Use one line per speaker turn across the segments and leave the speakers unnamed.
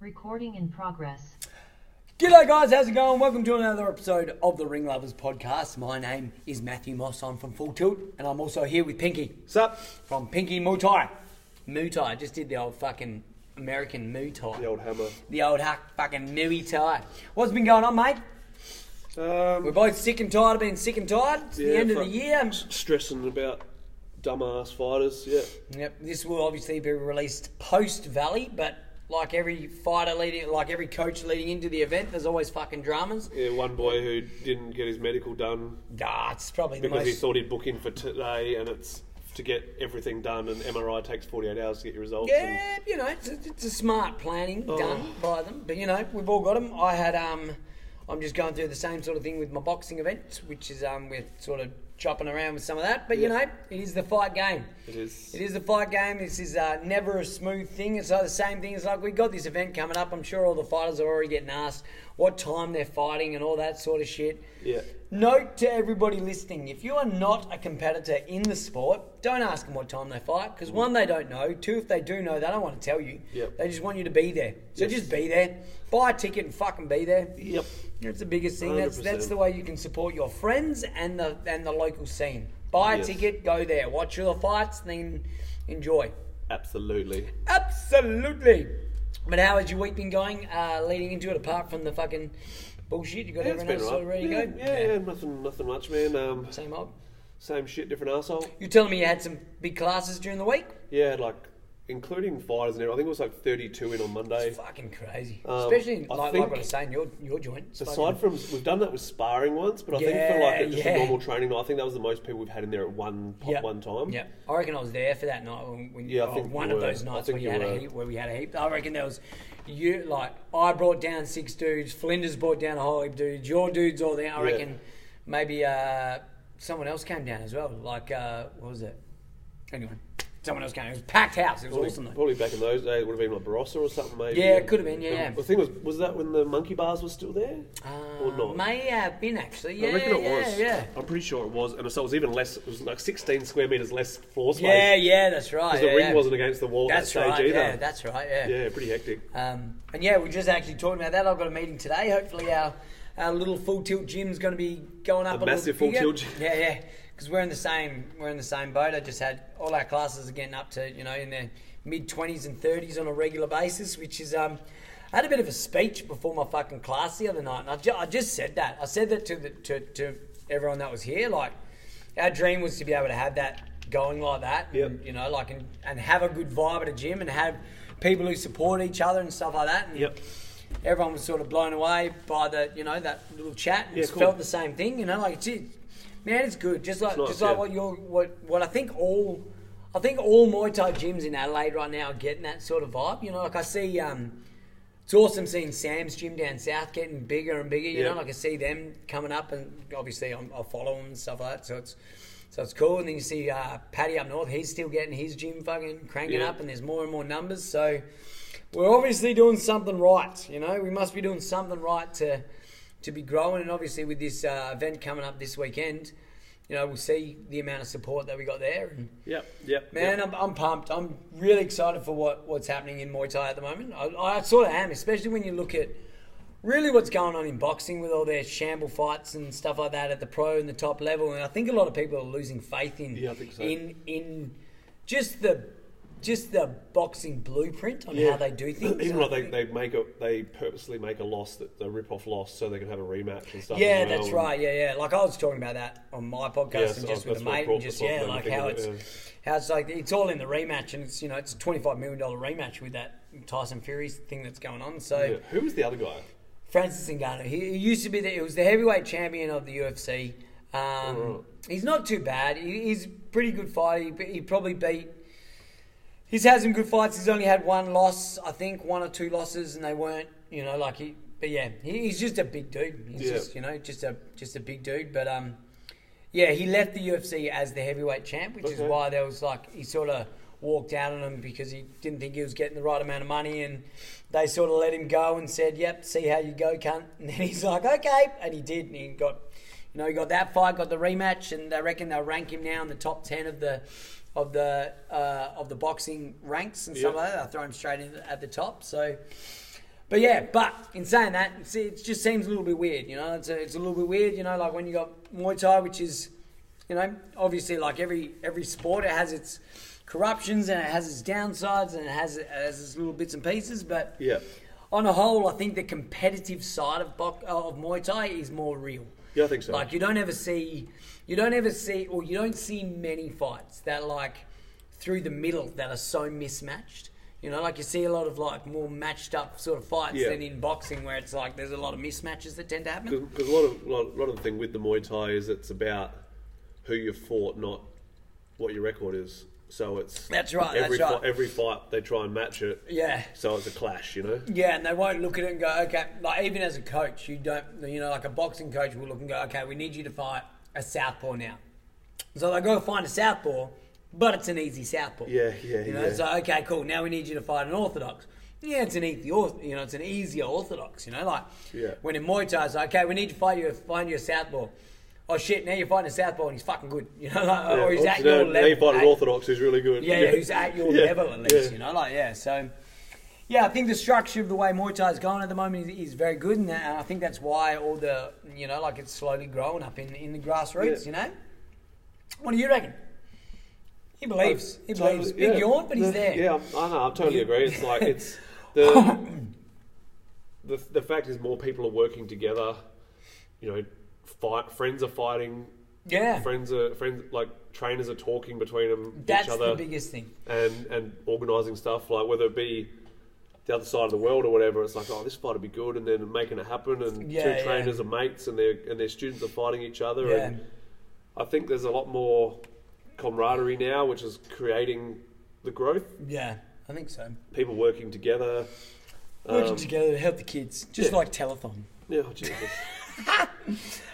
Recording in progress.
G'day guys, how's it going? Welcome to another episode of the Ring Lovers Podcast. My name is Matthew Moss, I'm from Full Tilt, and I'm also here with Pinky.
Sup?
from Pinky Muay Thai. Muay Thai. I just did the old fucking American Muay Thai.
The old hammer.
The old hack fucking Muay Thai. What's been going on, mate? We're
Um,
both sick and tired of being sick and tired. It's the
Yeah,
end of the
fuck.
year.
stressing about dumbass fighters. Yeah.
Yep, this will obviously be released post Valley, but like every fighter leading, like every coach leading into the event, there's always fucking dramas.
Yeah. One boy who didn't get his medical done
Nah, it's probably the
because he
most.
thought he'd book in for today, and it's to get everything done, and MRI takes 48 hours to get your results.
Yeah, you know, it's, it's a smart planning
Oh.
done by them. But you know, we've all got them. I had um, I'm just going through the same sort of thing with my boxing event, which is um, we're sort of chopping around with some of that. But you
Yeah.
know, it is the fight game.
It is.
It is the fight game. This is uh, never a smooth thing. It's like the same thing. It's like we got this event coming up. I'm sure all the fighters are already getting asked what time they're fighting and all that sort of shit.
Yeah.
Note to everybody listening if you are not a competitor in the sport, don't ask them what time they fight because one, they don't know. Two, if they do know, they don't want to tell you.
Mm. Yep.
They just want you to be there. So
Yes.
just be there. Buy a ticket and fucking be there.
Yep.
That's the biggest thing. That's that's
100%.
the way you can support your friends and the and the local scene. Buy a
Yes.
ticket, go there, watch all the fights, then enjoy.
Absolutely.
Absolutely. But how has your week been going uh, leading into it apart from the fucking bullshit? You got
Yeah, it's
everyone else
been
sort
right.
of ready
yeah,
to go?
yeah, yeah, nothing, nothing much, man. Um,
Same old.
same shit, different asshole.
You're telling me you had some big classes during the week?
Yeah, like including fighters and everything. I think it was like 32 in on Monday.
Fucking crazy.
Um,
Especially in,
I
like, like
think-
what I was saying, your, your joint. It's
Aside
fucking-
from we've done that with sparring once, but I think for
Yeah,
like a, just
yeah.
a normal training night, I think that was the most people we've had in there at one pop
Yep.
one time.
Yep. I reckon I was there for that night when, when
Yeah, I
oh,
think you
one of
were.
those
I
nights
think
when you
you
had a
were.
heap where we had a heap. I reckon there was you like I brought down six dudes, Flinders brought down a whole heap dudes, your dudes all there. I
Yeah.
reckon maybe uh, someone else came down as well. Like uh, what was it? Anyway. Someone else came. It was a packed house. It was
Probably,
awesome though.
probably back in those days, it would have been like Barossa or something, maybe. Um,
Yeah, it could have been, yeah,
The-
yeah.
The thing was, was that when the monkey bars were still there? or
Uh,
not?
may have been actually. Yeah,
I reckon it
yeah,
was.
yeah.
I'm pretty sure it was. And so it was even less, it was like 16 square metres less floor space.
Yeah, yeah, that's right.
Because the
yeah,
ring
yeah.
wasn't against the wall at that
That's
stage
right.
either.
Yeah, that's right. Yeah.
yeah, pretty hectic.
Um, and yeah, we are just actually talking about that. I've got a meeting today. Hopefully, our, our little full tilt gym's going to be going up.
A
A, little
massive full
bigger.
tilt gym.
Yeah, yeah. Because we're in the same we're in the same boat. I just had all our classes are getting up to you know in their mid twenties and thirties on a regular basis, which is um. I had a bit of a speech before my fucking class the other night, and I, ju- I just said that. I said that to the, to to everyone that was here. Like, our dream was to be able to have that going like that,
Yep.
and, you know, like and, and have a good vibe at a gym and have people who support each other and stuff like that. And
Yep.
everyone was sort of blown away by the you know that little chat and
Yeah,
it's
cool.
felt the same thing you know like it's it, man it's good just like
nice,
just like
yeah.
what you're what what I think all I think all Muay Thai gyms in Adelaide right now are getting that sort of vibe you know like I see um it's awesome seeing Sam's gym down south getting bigger and bigger you
Yeah.
know like I see them coming up and obviously I'm, I follow them and stuff like that so it's so it's cool and then you see uh, Paddy up north he's still getting his gym fucking cranking
Yeah.
up and there's more and more numbers so we're obviously doing something right, you know. We must be doing something right to to be growing, and obviously with this uh, event coming up this weekend, you know, we'll see the amount of support that we got there. And
Yep, yep.
man,
yep.
I'm, I'm pumped. I'm really excited for what, what's happening in Muay Thai at the moment. I, I sort of am, especially when you look at really what's going on in boxing with all their shamble fights and stuff like that at the pro and the top level. And I think a lot of people are losing faith in
Yeah, I think so.
in in just the just the boxing blueprint on how they do things. And
Even
I
like they,
think-
they make a, they purposely make a loss that they rip off loss so they can have a rematch and stuff.
Yeah,
as well,
that's
and-
right. Yeah, yeah. Like I was talking about that on my podcast
Yeah,
and
so
just with a
that's what
mate, and
brought
just
us on
yeah,
when we
like
think
how
of
it's
it,
how it's like it's all in the rematch, and it's you know it's a twenty five million dollar rematch with that Tyson Fury thing that's going on. So
Yeah. Who was the other guy?
Francis Ngannou, he, he used to be the he was the heavyweight champion of the UFC. Um,
Mm-hmm.
He's not too bad. He, he's a pretty good fighter. He, he probably beat. He's had some good fights. He's only had one loss, I think, one or two losses, and they weren't, you know, like he. But yeah, he, he's just a big dude. He's
Yeah.
just, you know, just a just a big dude. But um, yeah, he left the UFC as the heavyweight champ, which is
Okay.
why there was like he sort of walked out on him because he didn't think he was getting the right amount of money, and they sort of let him go and said, "Yep, see how you go, cunt." And then he's like, "Okay," and he did, and he got, you know, he got that fight, got the rematch, and I reckon they'll rank him now in the top ten of the. Of the uh, of the boxing ranks and stuff
Yeah.
like that, I throw him straight in at the top. So but yeah, but in saying that, it's- it just seems a little bit weird, you know. It's a, it's a little bit weird, you know, like when you got Muay Thai, which is, you know, obviously like every every sport, it has its corruptions and it has its downsides and it has it has its little bits and pieces. But
Yeah.
on a whole, I think the competitive side of box, of Muay Thai is more real.
Yeah, I think so.
Like you don't ever see, you don't ever see, or you don't see many fights that like through the middle that are so mismatched. You know, like you see a lot of like more matched up sort of fights
Yeah.
than in boxing, where it's like there's a lot of mismatches that tend to happen.
Because a lot of lot, lot of the thing with the Muay Thai is it's about who you fought, not what your record is. So it's
That's right,
Every
that's
fi-
right.
every fight they try and match it.
Yeah.
So it's a clash, you know.
Yeah, and they won't look at it and go, okay. Like even as a coach, you don't, you know, like a boxing coach will look and go, okay, we need you to fight a southpaw now. So they go find a southpaw, but it's an easy southpaw.
Yeah, yeah,
You know,
yeah.
it's like, okay, cool. Now we need you to fight an orthodox. Yeah, it's an easy, orth- you know, it's an easier orthodox. You know, like
Yeah.
when in Muay Thai, it's like, okay, we need to fight you, find you a southpaw. Oh shit! Now you're fighting a southpaw and he's fucking good. You know, like, or Oh, he's
Yeah,
at
no,
your
Now
level.
you fight an
mate.
orthodox who's really good.
Yeah, yeah, who's at your
Yeah,
level at least,
yeah.
you know, like yeah. So, yeah, I think the structure of the way Muay Thai is going at the moment is, is very good, and that- and I think that's why all the you know, like it's slowly growing up in in the grassroots.
Yeah.
You know, what do you reckon? He believes. He
Totally,
believes. Big
Uh, yeah.
yawn, but he's there.
Yeah, I'm, I know. I totally agree. It's like it's the, the the fact is more people are working together. You know, fight friends are fighting.
Yeah.
Friends are friends like trainers are talking between them
That's
each other
the biggest thing.
and and organising stuff like whether it be the other side of the world or whatever. It's like oh this fight would be good, and then making it happen. And
Yeah,
two
yeah.
trainers are mates, and their and their students are fighting each other.
Yeah.
And I think there's a lot more camaraderie now, which is creating the growth.
Yeah, I think so.
People working together.
Working together to help the kids, just
yeah.
like telethon.
Yeah, oh, Jesus.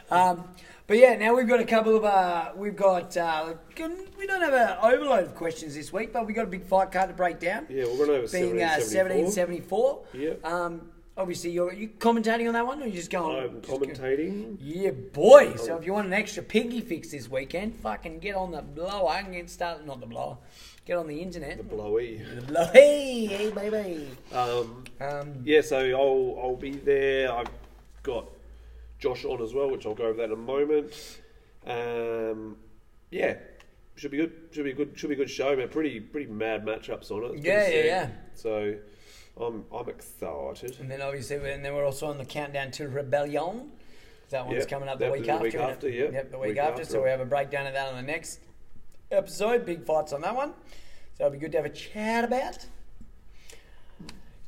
Um, but yeah, now we've got a couple of uh, we've got uh, can- we don't have an overload of questions this week, but we've got a big fight card to break down.
yeah, we're running over
being
17,
uh, 1774.
Yeah.
Um, obviously, you're you commentating on that one, or you just going?
I'm
just go-
commentating.
yeah, boy. So if you want an extra pinky fix this weekend, fucking get on the blower and get started. Not the blower. Get on the internet.
The blowy.
The blow. Hey, hey, baby.
Um,
Um,
yeah, so I'll I'll be there. I've got Josh on as well, which I'll go over that in a moment. Um, yeah, should be good. Should be good. Should be a good show. Man, pretty pretty mad matchups on it. It's
Yeah,
pretty
yeah, yeah.
sick. So I'm I'm excited.
and then obviously, we- and then we're also on the countdown to Rebellion. That one's
Yep,
coming up the
that
week
was the
after.
week
isn't it?
after, yep,
Yep, the week, after. So
after.
we have a breakdown of that on the next episode. Big fights on that one. So it'll be good to have a chat about.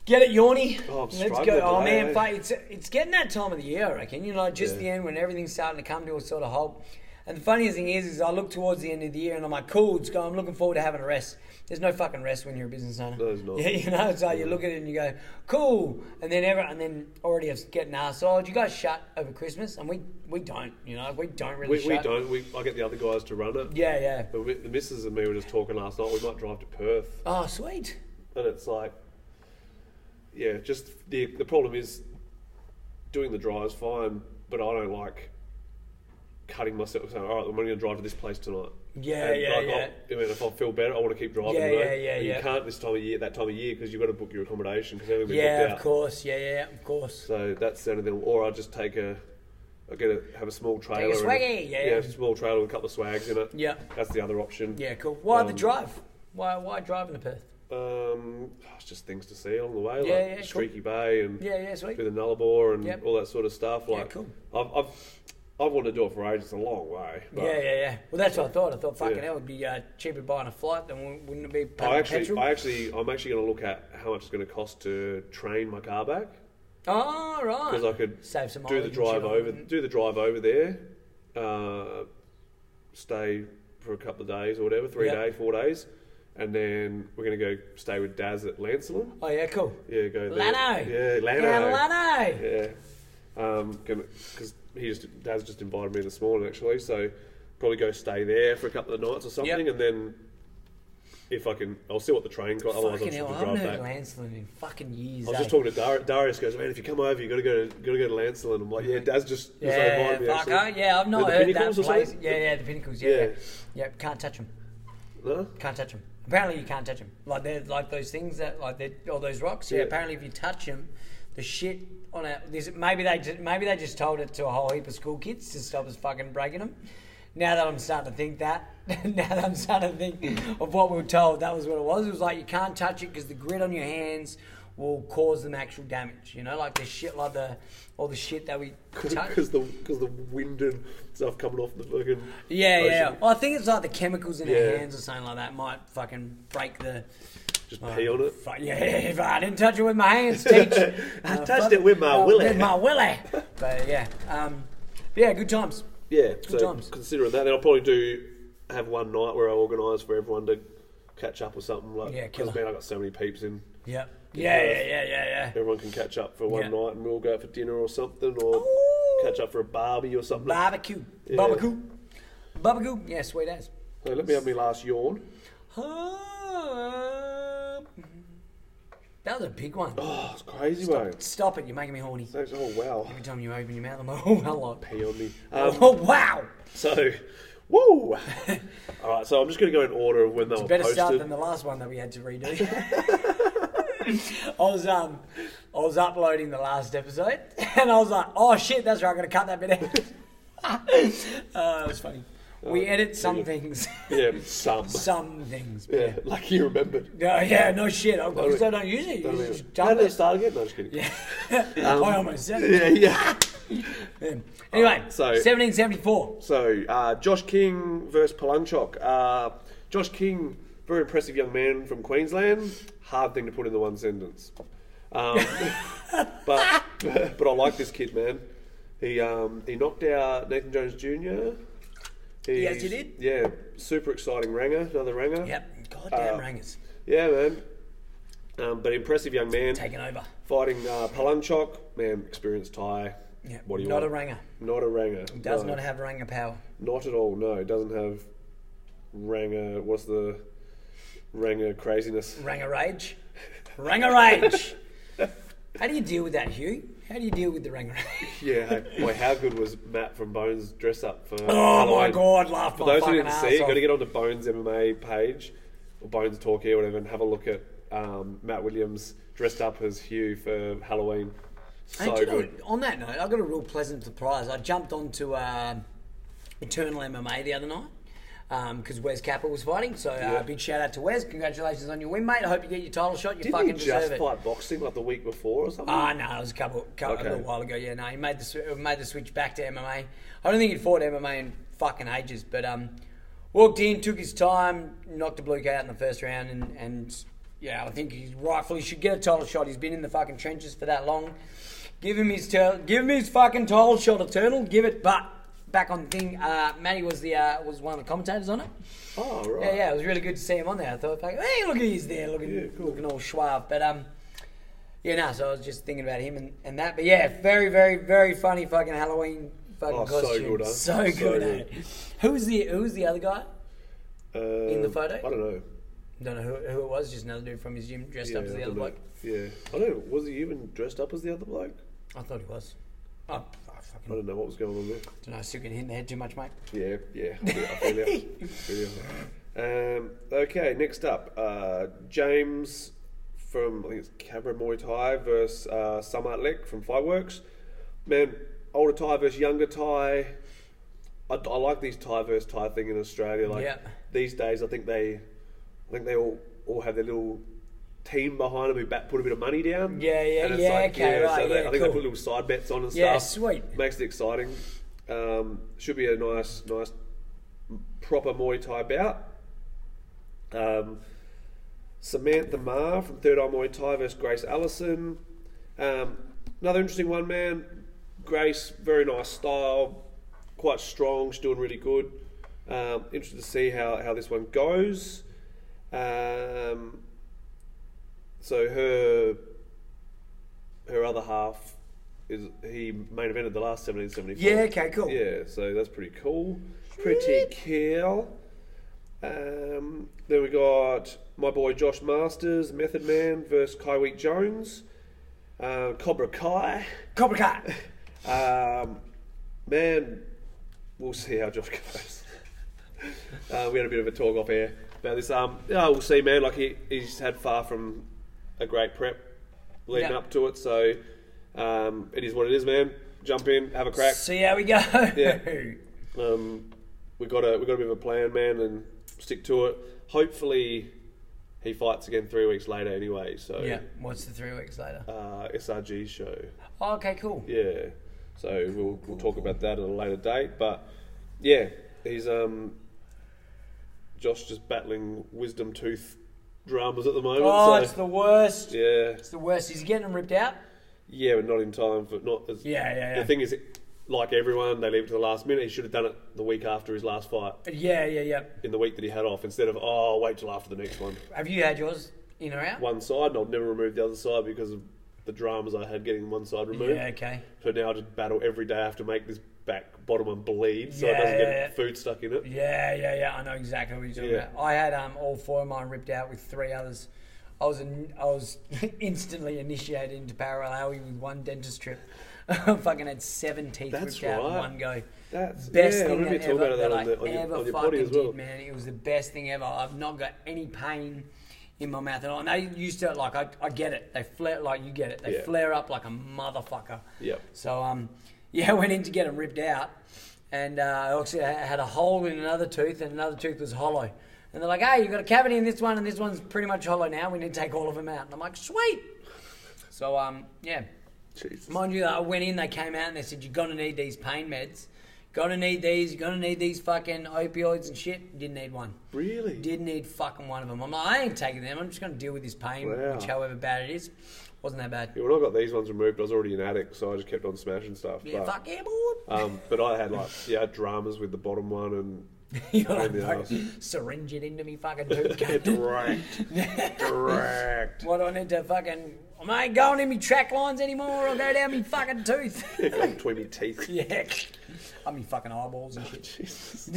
Get it, Yawny.
Oh, I'm
Let's go.
struggling
Oh
today,
man,
eh?
fuck, it's it's getting that time of the year, I reckon. You know, just
Yeah.
the end when everything's starting to come to a sort of halt. And the funniest thing is, is I look towards the end of the year and I'm like, cool, it's going. I'm looking forward to having a rest. There's no fucking rest when you're a business owner.
No, there's not.
Yeah, you know, it's like you look at it and you go, cool, and then ever and then already it's getting asked, oh, do you guys shut over Christmas? And we we don't, you know, we don't really
We,
shut.
we don't. We I get the other guys to run it.
Yeah, yeah.
But we, the missus and me were just talking last night. We might drive to Perth.
Oh, sweet.
and it's like, yeah, just the the problem is doing the drive's fine, but I don't like cutting myself saying, all right, I'm only going to drive to this place tonight.
Yeah,
And,
yeah,
like,
yeah.
I'll- I mean, if I feel better, I want to keep driving.
Yeah,
you know?
yeah, yeah,
And
yeah.
You can't this time of year, that time of year, because you've got to book your accommodation because everything's
Yeah,
booked
of
out.
course. Yeah, yeah, of course.
So that's the only thing. Or I just take a, I get a have a small trailer. and-
swaggy, yeah.
yeah, a small trailer with a couple of swags in it.
Yeah.
that's the other option.
Yeah, cool. Why the
Um,
drive? Why why driving to Perth?
Um, it's just things to see along the way,
Yeah, yeah,
like
cool.
Streaky Bay and
Yeah, yeah, sweet.
through the Nullarbor and
Yep.
all that sort of stuff.
Yeah,
Like,
cool.
I've, I've I've wanted to do it for ages. It's a long way. But
yeah, yeah, yeah. Well, that's what I thought. I thought fucking
Yeah.
hell, it would be uh, cheaper buying a flight than wou- wouldn't it be paying
I actually,
petrol?
I actually, I'm actually going to look at how much it's going to cost to train my car back
oh, right.
because I could
Save some
do
mileage
the
and Mm.
drive
shit on
over,
it.
do the drive over there, uh, stay for a couple of days or whatever, three
Yep.
days, four days, and then we're going to go stay with Daz at Lancelin.
Oh yeah, cool.
Yeah, go there.
Lano.
Yeah, Lano.
Yeah, Lano.
Yeah. Um, because he just Daz just invited me this morning actually, so probably go stay there for a couple of nights or something,
Yep.
and then if I can, I'll see what the train got. Otherwise, I'll
Fucking
just
hell,
have
I
to
haven't
drive
heard
back.
of Lancelin in fucking years.
I was just
eh?
talking to Dar- Darius. Goes, man, if you come over, you got to go to got to go to Lancelin. I'm like, yeah, Daz just just
Yeah,
invited me.
fuck,
actually."
oh, yeah, I've
The-
not
the
heard that
Pinnacles or
place.
something?
Yeah, yeah, the pinnacles. Yeah, yeah.
Yeah.
Yep, can't touch them.
No?
Can't touch them. Apparently, you can't touch them. Like they're like those things that like they're all those rocks. Yeah.
Yeah.
Apparently, if you touch them, the shit on it. This, maybe they ju- maybe they just told it to a whole heap of school kids to stop us fucking breaking them. Now that I'm starting to think that, now that I'm starting to think of what we were told, that was what it was. It was like you can't touch it because the grit on your hands will cause them actual damage. You know, like the shit, like the all the shit that we touch.
Because the because the wind and stuff coming off the fucking
Yeah, yeah.
ocean.
Well, I think it's like the chemicals in our
Yeah.
hands or something like that might fucking break the.
just pee on it.
Fuck, yeah, if I didn't touch it with my hands, teach. I
I touched it with my willy.
With my willy. But yeah, um, yeah, good times.
Yeah, so
times.
considering that, then I'll probably do have one night where I organise for everyone to catch up or something like.
Yeah,
because
killer.
man, I got so many peeps in.
Yep. Yeah, yeah, yeah, yeah, yeah.
Everyone can catch up for one
Yeah.
night, and we'll go out for dinner or something, or
Ooh.
catch up for a barbie or something.
Barbecue.
Yeah.
Barbecue. Barbecue. Yeah, sweet ass.
So let me have my last yawn.
That was a big one.
Oh, it's crazy, mate.
Stop it, you're making me horny.
Thanks. Oh wow.
Every time you open your mouth, I'm like, oh, hello.
Pee on me. Um,
Oh, wow.
so, woo. All right, so I'm just going to go in order of when they were
Better
posted.
start than the last one that we had to redo. I was um, I was uploading the last episode, and I was like, "Oh shit, that's right, I'm gonna cut that bit out." uh, it was funny. We edit some things,
yeah, some.
some things. But
Yeah, lucky you remembered.
yeah. yeah, no shit. I, because I don't use it.
Don't Um,
You
leave
just
it. How
dump
did it
it.
start again? No, just kidding.
I almost said it.
yeah, yeah.
Anyway,
so-
1774.
So, uh, Josh King versus Palunchok. Uh, Josh King, very impressive young man from Queensland. Hard thing to put in the one sentence. Um, but but I like this kid, man. He um, he knocked out Nathan Jones Jr. He's,
Yes, he did.
Yeah, super exciting ranger, another ranger.
Yep, goddamn
Uh,
rangers
Yeah, man. Um, but impressive young man.
taking over.
Fighting uh, Palunchok, man, experienced Thai.
Yeah,
What do you
not
want?
a ranger.
Not a ranger.
Does
no.
not have ranger power.
Not at all. No, it doesn't have Ranger. What's the Ranger craziness?
Ranger rage. Ranger rage. How do you deal with that, Hugh? How do you deal with the ranger rage?
Yeah. Boy, how good was Matt from Bones dress up for?
Oh my
Halloween?
god, laugh
For
my
those who
fucking
didn't see,
ass
you got to
off.
get on the Bones MMA page or Bones Talk here, whatever, and have a look at um, Matt Williams dressed up as Hugh for Halloween.
Hey,
So
do you know
good.
what? on that note, I got a real pleasant surprise. I jumped onto um Eternal MMA the other night because Wes Kappa was fighting. So uh,
Yeah.
big shout out to Wes. Congratulations on your win, mate. I hope you get your title shot. You
Didn't
fucking
he just
deserve it.
fight boxing like the week before or something?
Ah, no, it was a couple, couple
Okay.
a little while ago. Yeah, no, he made the sw- made the switch back to MMA. I don't think he'd fought MMA in fucking ages, but um, walked in, took his time, knocked a blue guy out in the first round, and and yeah, I think he rightfully should get a title shot. He's been in the fucking trenches for that long. Give him his tur- give him his fucking title shot, Eternal. Give it, but back on the thing. Uh, Matty was the uh, was one of the commentators on it.
oh right.
Yeah, yeah, it was really good to see him on there. I thought, like, hey, look at he's there, looking, looking all suave. But um, yeah, no. So I was just thinking about him and, and that. But yeah, very, very, very funny fucking Halloween fucking
Oh, so
costume.
good, huh?
So
So
good. eh?
good.
Who was the Who was the other guy?
Um,
In the photo?
I don't know.
Don't know who, who it was. Just another dude from his gym dressed
Yeah,
up as the
I don't
other
know.
bloke.
Yeah. I don't know. Was he even dressed up as the other bloke?
I thought he was. Oh, I
I
fucking
don't know what was going on there.
don't know. I still getting hit in the head too much, mate.
Yeah, yeah. I feel- I feel you. I feel you. Um, okay, next up, uh, James from I think it's Cabra Muay Thai versus uh, Samart Lek from Fireworks. Man, older Thai versus younger Thai. I, I like these Thai versus Thai thing in Australia. Like
Yeah.
these days, I think they, I think they all all have their little team behind them who bat, put a bit of money down.
Yeah, yeah,
And it's
yeah, okay, right,
so they,
yeah,
I think
cool.
they put little side bets on and
Yeah,
stuff.
sweet.
Makes it exciting. Um, should be a nice, nice, proper Muay Thai bout. Um, Samantha Ma from Third Eye Muay Thai versus Grace Allison. Um, another interesting one, man. Grace, very nice style, quite strong. She's doing really good. Um, interested to see how, how this one goes. Um, so her her other half is he main evented the last 1774.
Yeah, okay, cool.
Yeah, so that's pretty cool. Pretty cool. Um, then we got my boy Josh Masters, Method Man versus Kaiweek Jones, uh, Cobra Kai.
Cobra Kai.
Um, man, we'll see how Josh goes. uh, we had a bit of a talk off air about this. Um, yeah, we'll see, man. Like he, he's had far from a great prep leading
Yeah.
up to it, so um, it is what it is, man. Jump in, have a crack.
See how we go.
Yeah. Um, we got a we got a bit of a plan, man, and stick to it. Hopefully, he fights again three weeks later, anyway. So
Yeah, What's the three weeks later?
uh, SRG show.
Oh, okay, cool.
Yeah. So we'll, we'll talk about that at a later date. But yeah, he's um Josh just battling wisdom tooth dramas at the moment.
Oh,
so
it's the worst.
yeah,
It's the worst. He's getting ripped out.
yeah, but not in time for not. As,
Yeah, yeah, yeah.
The thing is, like everyone, they leave it to the last minute. He should have done it the week after his last fight,
Yeah, yeah, yeah.
in the week that he had off, instead of oh I'll wait till after the next one.
Have you had yours in or out?
One side, and I'll never remove the other side because of the dramas I had getting one side removed.
Yeah, okay.
So now I just battle every day. I have to make this back bottom one bleed so
Yeah,
it doesn't get
yeah, yeah.
food stuck in it.
Yeah, yeah, yeah. I know exactly what you're talking
Yeah.
about. I had um, all four of mine ripped out with three others. I was in, I was instantly initiated into parallel alley with one dentist trip. I fucking had seven teeth
That's
ripped out in
right.
one go.
That's
Best
yeah, I
thing
remember you
that
talking
ever,
about
that
that on,
I
the, on
ever
your, on
fucking
your potty as well.
did, man. It was the best thing ever. I've not got any pain in my mouth at all. And they used to like I, I get it. They flare like you get it. They
Yeah.
flare up like a motherfucker.
Yep.
So um, yeah, I went in to get them ripped out, and uh, I actually ha- had a hole in another tooth, and another tooth was hollow. And they're like, "Hey, you've got a cavity in this one, and this one's pretty much hollow now. We need to take all of them out." And I'm like, "Sweet." So um, yeah.
Jesus.
Mind you, I went in, they came out and they said, You're gonna need these pain meds. Gonna need these, you're gonna need these fucking opioids and shit. Didn't need one.
Really?
Didn't need fucking one of them. I'm like, I ain't taking them. I'm just gonna deal with this pain,
Wow.
which however bad it is. Wasn't that bad.
Yeah, when I got these ones removed, I was already an addict, so I just kept on smashing stuff.
Yeah,
but,
fuck yeah, boy.
Um, but I had like yeah dramas with the bottom one and
You're like,
the
"Fuck,
arse.
syringe it into me fucking tooth. cunt."
direct, direct.
what do I need to fucking I ain't going in me track lines anymore, I'll go down me fucking tooth.
It got between my teeth.
yeah. I mean fucking eyeballs and shit.
Jesus.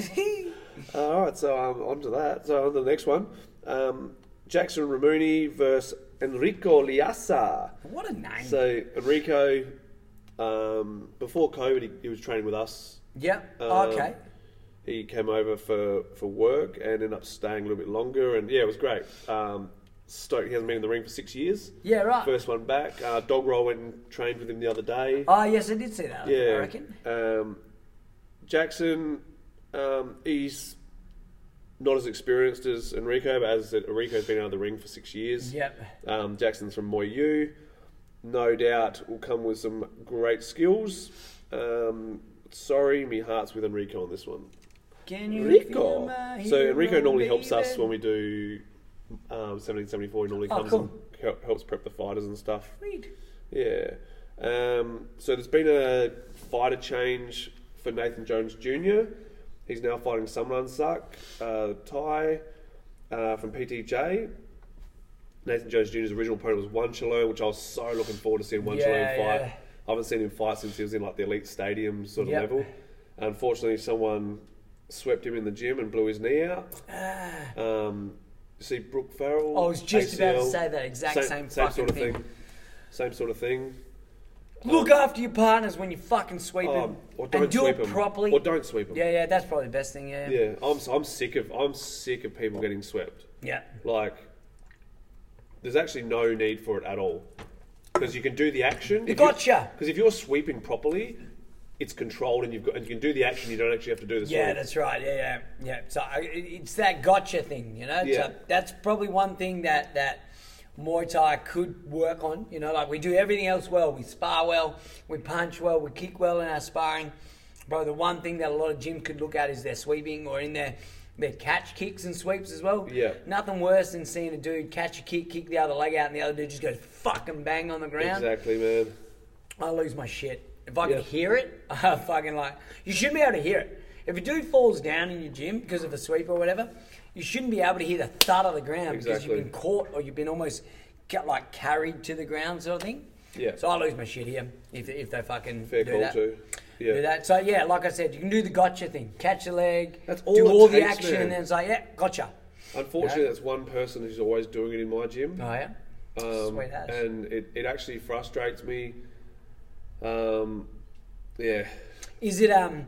All right, so um, on to that. So on to the next one, um, Jackson Ramuni versus Enrico Liassa.
what a name.
So Enrico, um, before COVID, he, he was training with us.
yep.
Um,
okay.
He came over for, for work and ended up staying a little bit longer. And yeah, it was great. Um, stoked he hasn't been in the ring for six years.
Yeah, right.
First one back. Uh, Dog Roll went and trained with him the other day.
Oh yes, I did see that. I
yeah.
reckon.
Um, Jackson, um, he's not as experienced as Enrico, but as I said, Enrico's been out of the ring for six years.
Yep.
Um, Jackson's from Moy U. No doubt will come with some great skills. Um, sorry, me heart's with Enrico on this one.
Can you feel
Enrico.
my
So
hero,
Enrico normally helps us
baby?
when we do um, 1774. He normally
Oh,
comes
cool.
and hel- helps prep the fighters and stuff.
Sweet.
Yeah. Um, so there's been a fighter change for Nathan Jones Jr. He's now fighting Sumran Suck, uh, Thai uh, from PTJ. Nathan Jones Jr.'s original opponent was One Chalone, which I was so looking forward to seeing One
Yeah,
Chalone fight.
yeah.
I haven't seen him fight since he was in like the elite stadium sort of
Yep.
level. Unfortunately, someone swept him in the gym and blew his knee out. Um, you see Brooke Farrell.
I was just about to
ACL,
say that exact same fucking thing.
Same sort of thing.
Look after your partners when you fucking sweep
Um,
them,
or don't
and do
sweep
it
'em.
properly.
Or don't sweep them.
Yeah, yeah, that's probably the best thing. Yeah.
Yeah, I'm, I'm sick of I'm sick of people getting swept.
Yeah.
Like, there's actually no need for it at all because you can do the action.
Gotcha.
Because if you're sweeping properly, it's controlled and you've got and you can do the action. You don't actually have to do the sweep.
Yeah, that's right. Yeah, yeah, yeah. So I, it- it's that gotcha thing, you know.
Yeah.
So that's probably one thing that that Muay Thai could work on. You know, like we do everything else well. We spar well, we punch well, we kick well in our sparring. Bro, the one thing that a lot of gyms could look at is their sweeping or in their their catch kicks and sweeps as well.
Yeah.
Nothing worse than seeing a dude catch a kick, kick the other leg out, and the other dude just goes fucking bang on the ground.
exactly, man.
I lose my shit. If I can
Yeah.
hear it, I fucking like. You should be able to hear it. If a dude falls down in your gym because of a sweep or whatever, you shouldn't be able to hear the thud of the ground because
Exactly.
you've been caught or you've been almost ca- like carried to the ground sort of thing.
Yeah.
So I lose my shit here if, if they fucking
Fair
do
call
that.
too. Yeah.
Do that. So yeah, like I said, you can do the gotcha thing. Catch a leg.
That's all
Do
it
all the
takes,
action
man.
and then it's like, yeah, gotcha.
Unfortunately,
Yeah.
that's one person who's always doing it in my gym.
Oh yeah.
Um,
Sweet ass.
and it, it actually frustrates me. Um, yeah.
Is it um?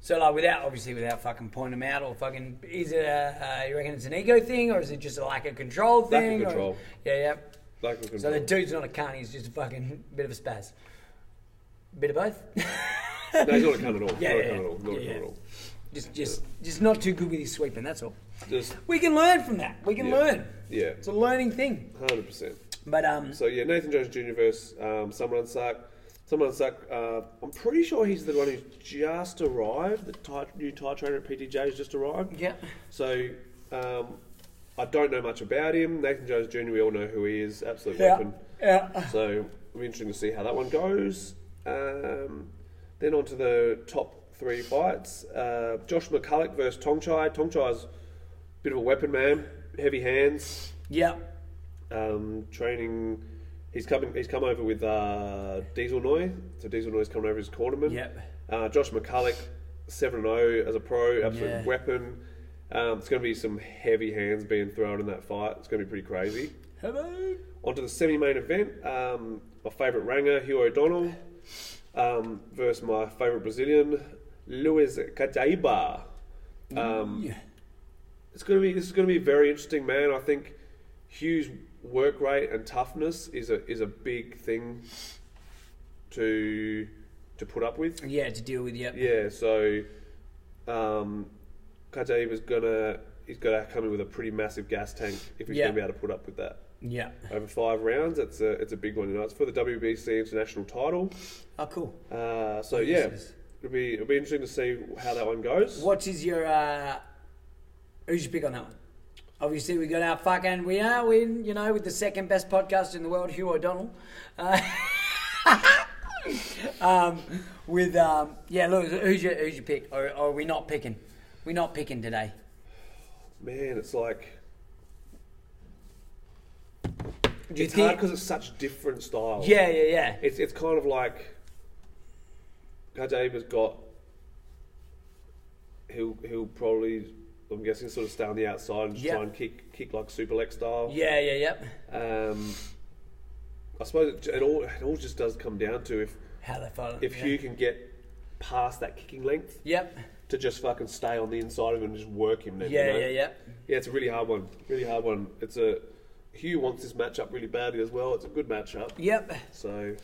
So like without obviously without fucking pointing them out or fucking is it a, uh, you reckon it's an ego thing or is it just a lack of control
of
thing? or-
control.
yeah, yeah.
Lack of
So
control.
the dude's not a cunt. He's just a fucking bit of a spaz. Bit of both.
no, he's not a cunt at all.
Yeah,
not
yeah,
a cunt at all. Not
yeah,
a cunt
yeah.
at all.
just, just, just not too good with his sweeping. That's all.
Just
We can learn from that. We can
Yeah.
learn.
Yeah.
It's a learning thing.
hundred percent.
But um,
So yeah, Nathan Jones Jr. versus um, Summer Unsuck. Summer Unsuck. Uh, I'm pretty sure he's the one who's just arrived. The Thai, new Thai trainer at PTJ has just arrived.
yeah.
So um, I don't know much about him. Nathan Jones Jr. We all know who he is. Absolute
Yeah.
weapon.
Yeah.
So it'll be interesting to see how that one goes. Um, then on to the top three fights. Uh, Josh McCulloch versus Tongchai. Tongchai's a bit of a weapon man, heavy hands,
Yeah.
um, training. He's coming. He's come over with uh, Diesel Noy. So Diesel Noy's coming over as cornerman.
Yep.
Uh, Josh McCulloch, seven zero as a pro, absolute
Yeah.
weapon. Um, it's going to be some heavy hands being thrown in that fight. It's going to be pretty crazy.
Hello.
Onto the semi-main event, um, my favourite ranger, Hugh O'Donnell, um, versus my favourite Brazilian, Luiz Cadaiba. Um,
Yeah.
It's going to be this is going to be very interesting, man. I think Hugh's work rate and toughness is a is a big thing to to put up with.
Yeah. To deal with. Yep.
Yeah, so um, Cadaiba is gonna he's gonna come in with a pretty massive gas tank if he's
Yeah.
gonna be able to put up with that
Yeah.
over five rounds. It's a it's a big one. You know, it's for the WBC international title.
Oh, cool.
Uh, so
Yes,
yeah,
yes.
it'll be it'll be interesting to see how that one goes.
What is your uh who's your pick on that one? Obviously we got our fucking we are in, you know, with the second best podcast in the world, Hugh O'Donnell. Uh, um with um yeah, look who's your who's your pick? Or, or are we not picking? We're not picking today.
Man, it's like
Do you
it's hard
think
because it's such different styles.
Yeah, yeah, yeah.
it's it's kind of like Kadeba's got. He'll he'll probably I'm guessing sort of stay on the outside and just
Yeah.
try and kick kick like superleg style.
Yeah, yeah, yep.
Um, I suppose it, it all it all just does come down to if
How they follow.
if
yeah.
Hugh can get past that kicking length
Yep.
to just fucking stay on the inside of him and just work him. Then,
Yeah,
you know?
yeah, yeah.
Yeah, it's a really hard one. Really hard one. It's a Hugh wants this matchup really badly as well. It's a good matchup.
Yep.
So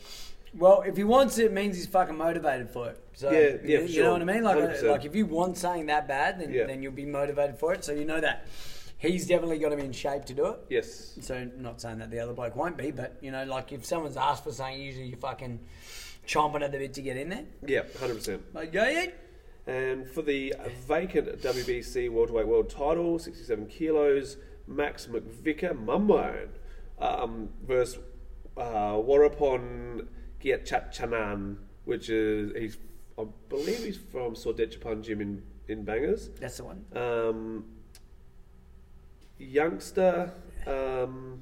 Well, if he wants it, it means he's fucking motivated for it. So
Yeah, yeah,
you,
for
you know
sure.
what I mean? Like,
100%.
like if you want something that bad, then,
Yeah.
then you'll be motivated for it. So you know that he's definitely got to be in shape to do it.
yes,
So not saying that the other bloke won't be, but you know, like if someone's asked for something, usually you're fucking chomping at the bit to get in there.
yeah, hundred percent.
Like, yeah, yeah.
And for the vacant WBC welterweight world title, sixty-seven kilos, Max McVicker Mumwine um, versus uh, Warapon Giatchachanan, which is he's I believe he's from Sordechapan Gym in in Bangers.
That's the one.
um, youngster. Um,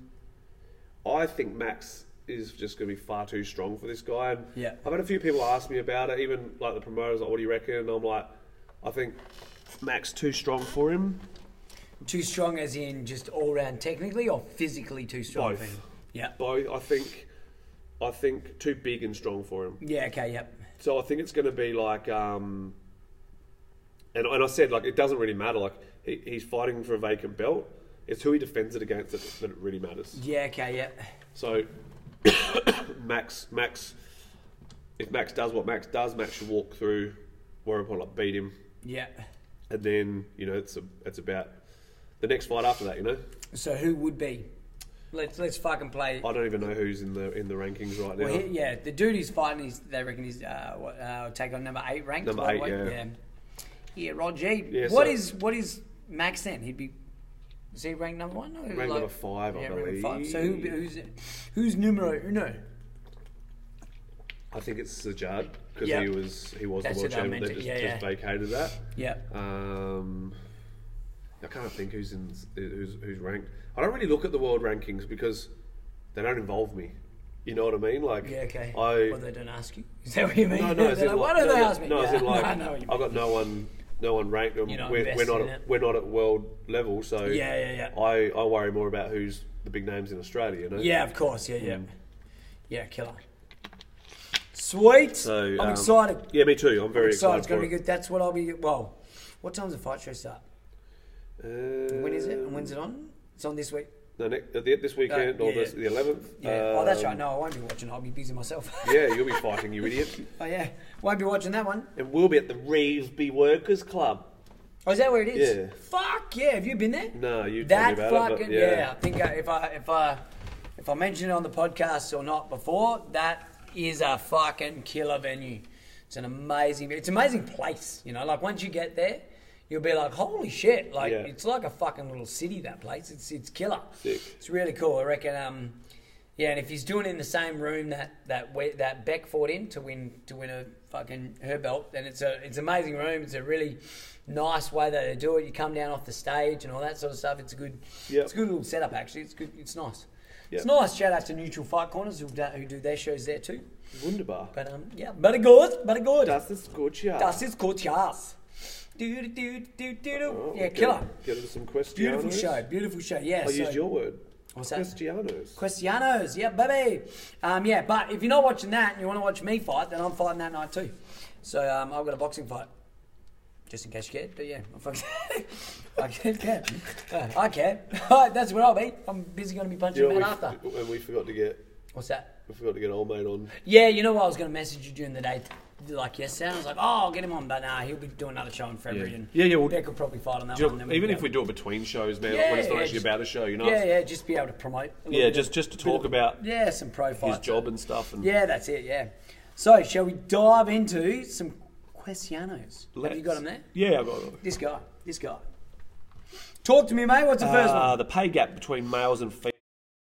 I think Max is just going to be far too strong for this guy. And
Yeah.
I've had a few people ask me about it, even like the promoters, like, what do you reckon? And I'm like, I think Max too strong for him.
Too strong, as in just all round technically or physically too strong.
Both.
for him? Yeah.
Both, I think, I think too big and strong for him.
Yeah. Okay. Yep.
So I think it's going to be like, um, and, and I said like it doesn't really matter. Like he, he's fighting for a vacant belt. It's who he defends it against that, that it really matters.
Yeah. Okay. Yep.
So Max, Max, if Max does what Max does, Max should walk through Warapolak, beat him,
Yep.
and then you know it's a, it's about the next fight after that. You know,
So who would be? Let's let's fucking play.
I don't even know who's in the in the rankings right now.
Well, he, yeah, the dude he's fighting, he's, they reckon he's uh, what, uh, take on number eight ranked.
Number eight,
lightweight. yeah.
yeah.
Yeah, Rod G.
Yeah,
what
so-
is what is Max then? He'd be is he ranked number one? Or
Ranked number five, I
yeah, ranked number five. So who,
believe.
who's who's numero uno?
I think it's Sajad because
Yeah.
he was he was
That's
the world
it, I
champion.
meant
They
it.
just,
Yeah,
just
yeah.
vacated that.
Yeah.
Um, I can't think who's in who's who's ranked. I don't really look at the world rankings because they don't involve me. You know what I mean? Like
Yeah, okay.
I
well, they don't ask you. Is that what you mean?
no no. as
They're
in,
like, why
like,
don't
no,
they
no,
ask me?
No, as
yeah.
in like
I know what you
I've got no one no one ranked. and
You're not
we're, we're
invested
not
in
at,
it.
we're not at world level, so
Yeah, yeah, yeah.
I I worry more about who's the big names in Australia. You know?
Yeah, of course. Yeah, yeah. Yeah, killer. Sweet.
So
I'm
um,
excited.
Yeah, me too. I'm very
excited.
excited.
It's going to
for
be good. That's what I'll be. Well, what time's the fight show start?
it.
When is it? And
Um,
when's it on? It's on this week.
No, next, at the, this weekend
Uh,
or
yeah.
this, the 11th.
Yeah. oh, that's right.
Um,
No, I won't be watching. I'll be busy myself.
Yeah, you'll be fighting, you idiot.
oh yeah, won't be watching that one.
And we'll be at the Reevesby Workers Club.
Oh, is that where it is?
Yeah.
Fuck yeah! Have you been there?
No, you told me
That
about
fucking
it. But
yeah.
yeah.
I think I, if I if I if I mentioned it on the podcast or not before, that is a fucking killer venue. It's an amazing. It's an amazing place. You know, like once you get there, you'll be like, holy shit! Like
Yeah.
it's like a fucking little city. That place. It's it's killer.
Sick.
It's really cool. I reckon. Um, yeah, and if he's doing it in the same room that that we, that Beck fought in to win to win a fucking her belt, then it's a it's an amazing room. It's a really nice way that they do it. You come down off the stage and all that sort of stuff. It's a good
Yep.
it's a good little setup actually. It's good. It's nice. It's
Yep.
nice. Shout out to Neutral Fight Corners who do, who do their shows there too.
Wunderbar.
But um, yeah, but it good, but it good.
Das ist gut, ja.
Das ist gut, yes. Do do do do do.
Oh,
do. Yeah,
get-
killer.
Get into some questions.
Beautiful show. Beautiful show. Yeah.
I used your word.
What's that?
Christianos.
Cristianos, yeah, baby. Um, yeah, but if you're not watching that and you want to watch me fight, then I'm fighting that night too. So um, I've got a boxing fight. Just in case you care, but yeah, I'm fucking I can't care. Uh, I care. Alright, that's where I'll be. I'm busy going to be punching
You know,
man
we,
after.
and we forgot to get
What's that?
we forgot to get old mate on.
Yeah, you know what? I was going to message you during the day, like yesterday. I was like, oh, I'll get him on, but nah, he'll be doing another show in February.
Yeah.
And
Yeah, yeah, well-
Beck will probably fight on that one. and then we'll
even
be
if we
able-
do it between shows, man,
Yeah,
when it's not
yeah,
actually
just-
about a show, you know.
yeah, yeah, just be able to promote. a
Yeah,
little
just
bit.
just to talk about
yeah, some pro
his
fights.
job and stuff. And
Yeah, that's it. Yeah. So, shall we dive into some questionos? Have you got
let's-
them there?
Yeah, I got it.
This guy. This guy. Talk to me, mate. What's the first
Uh,
one?
the pay gap between males and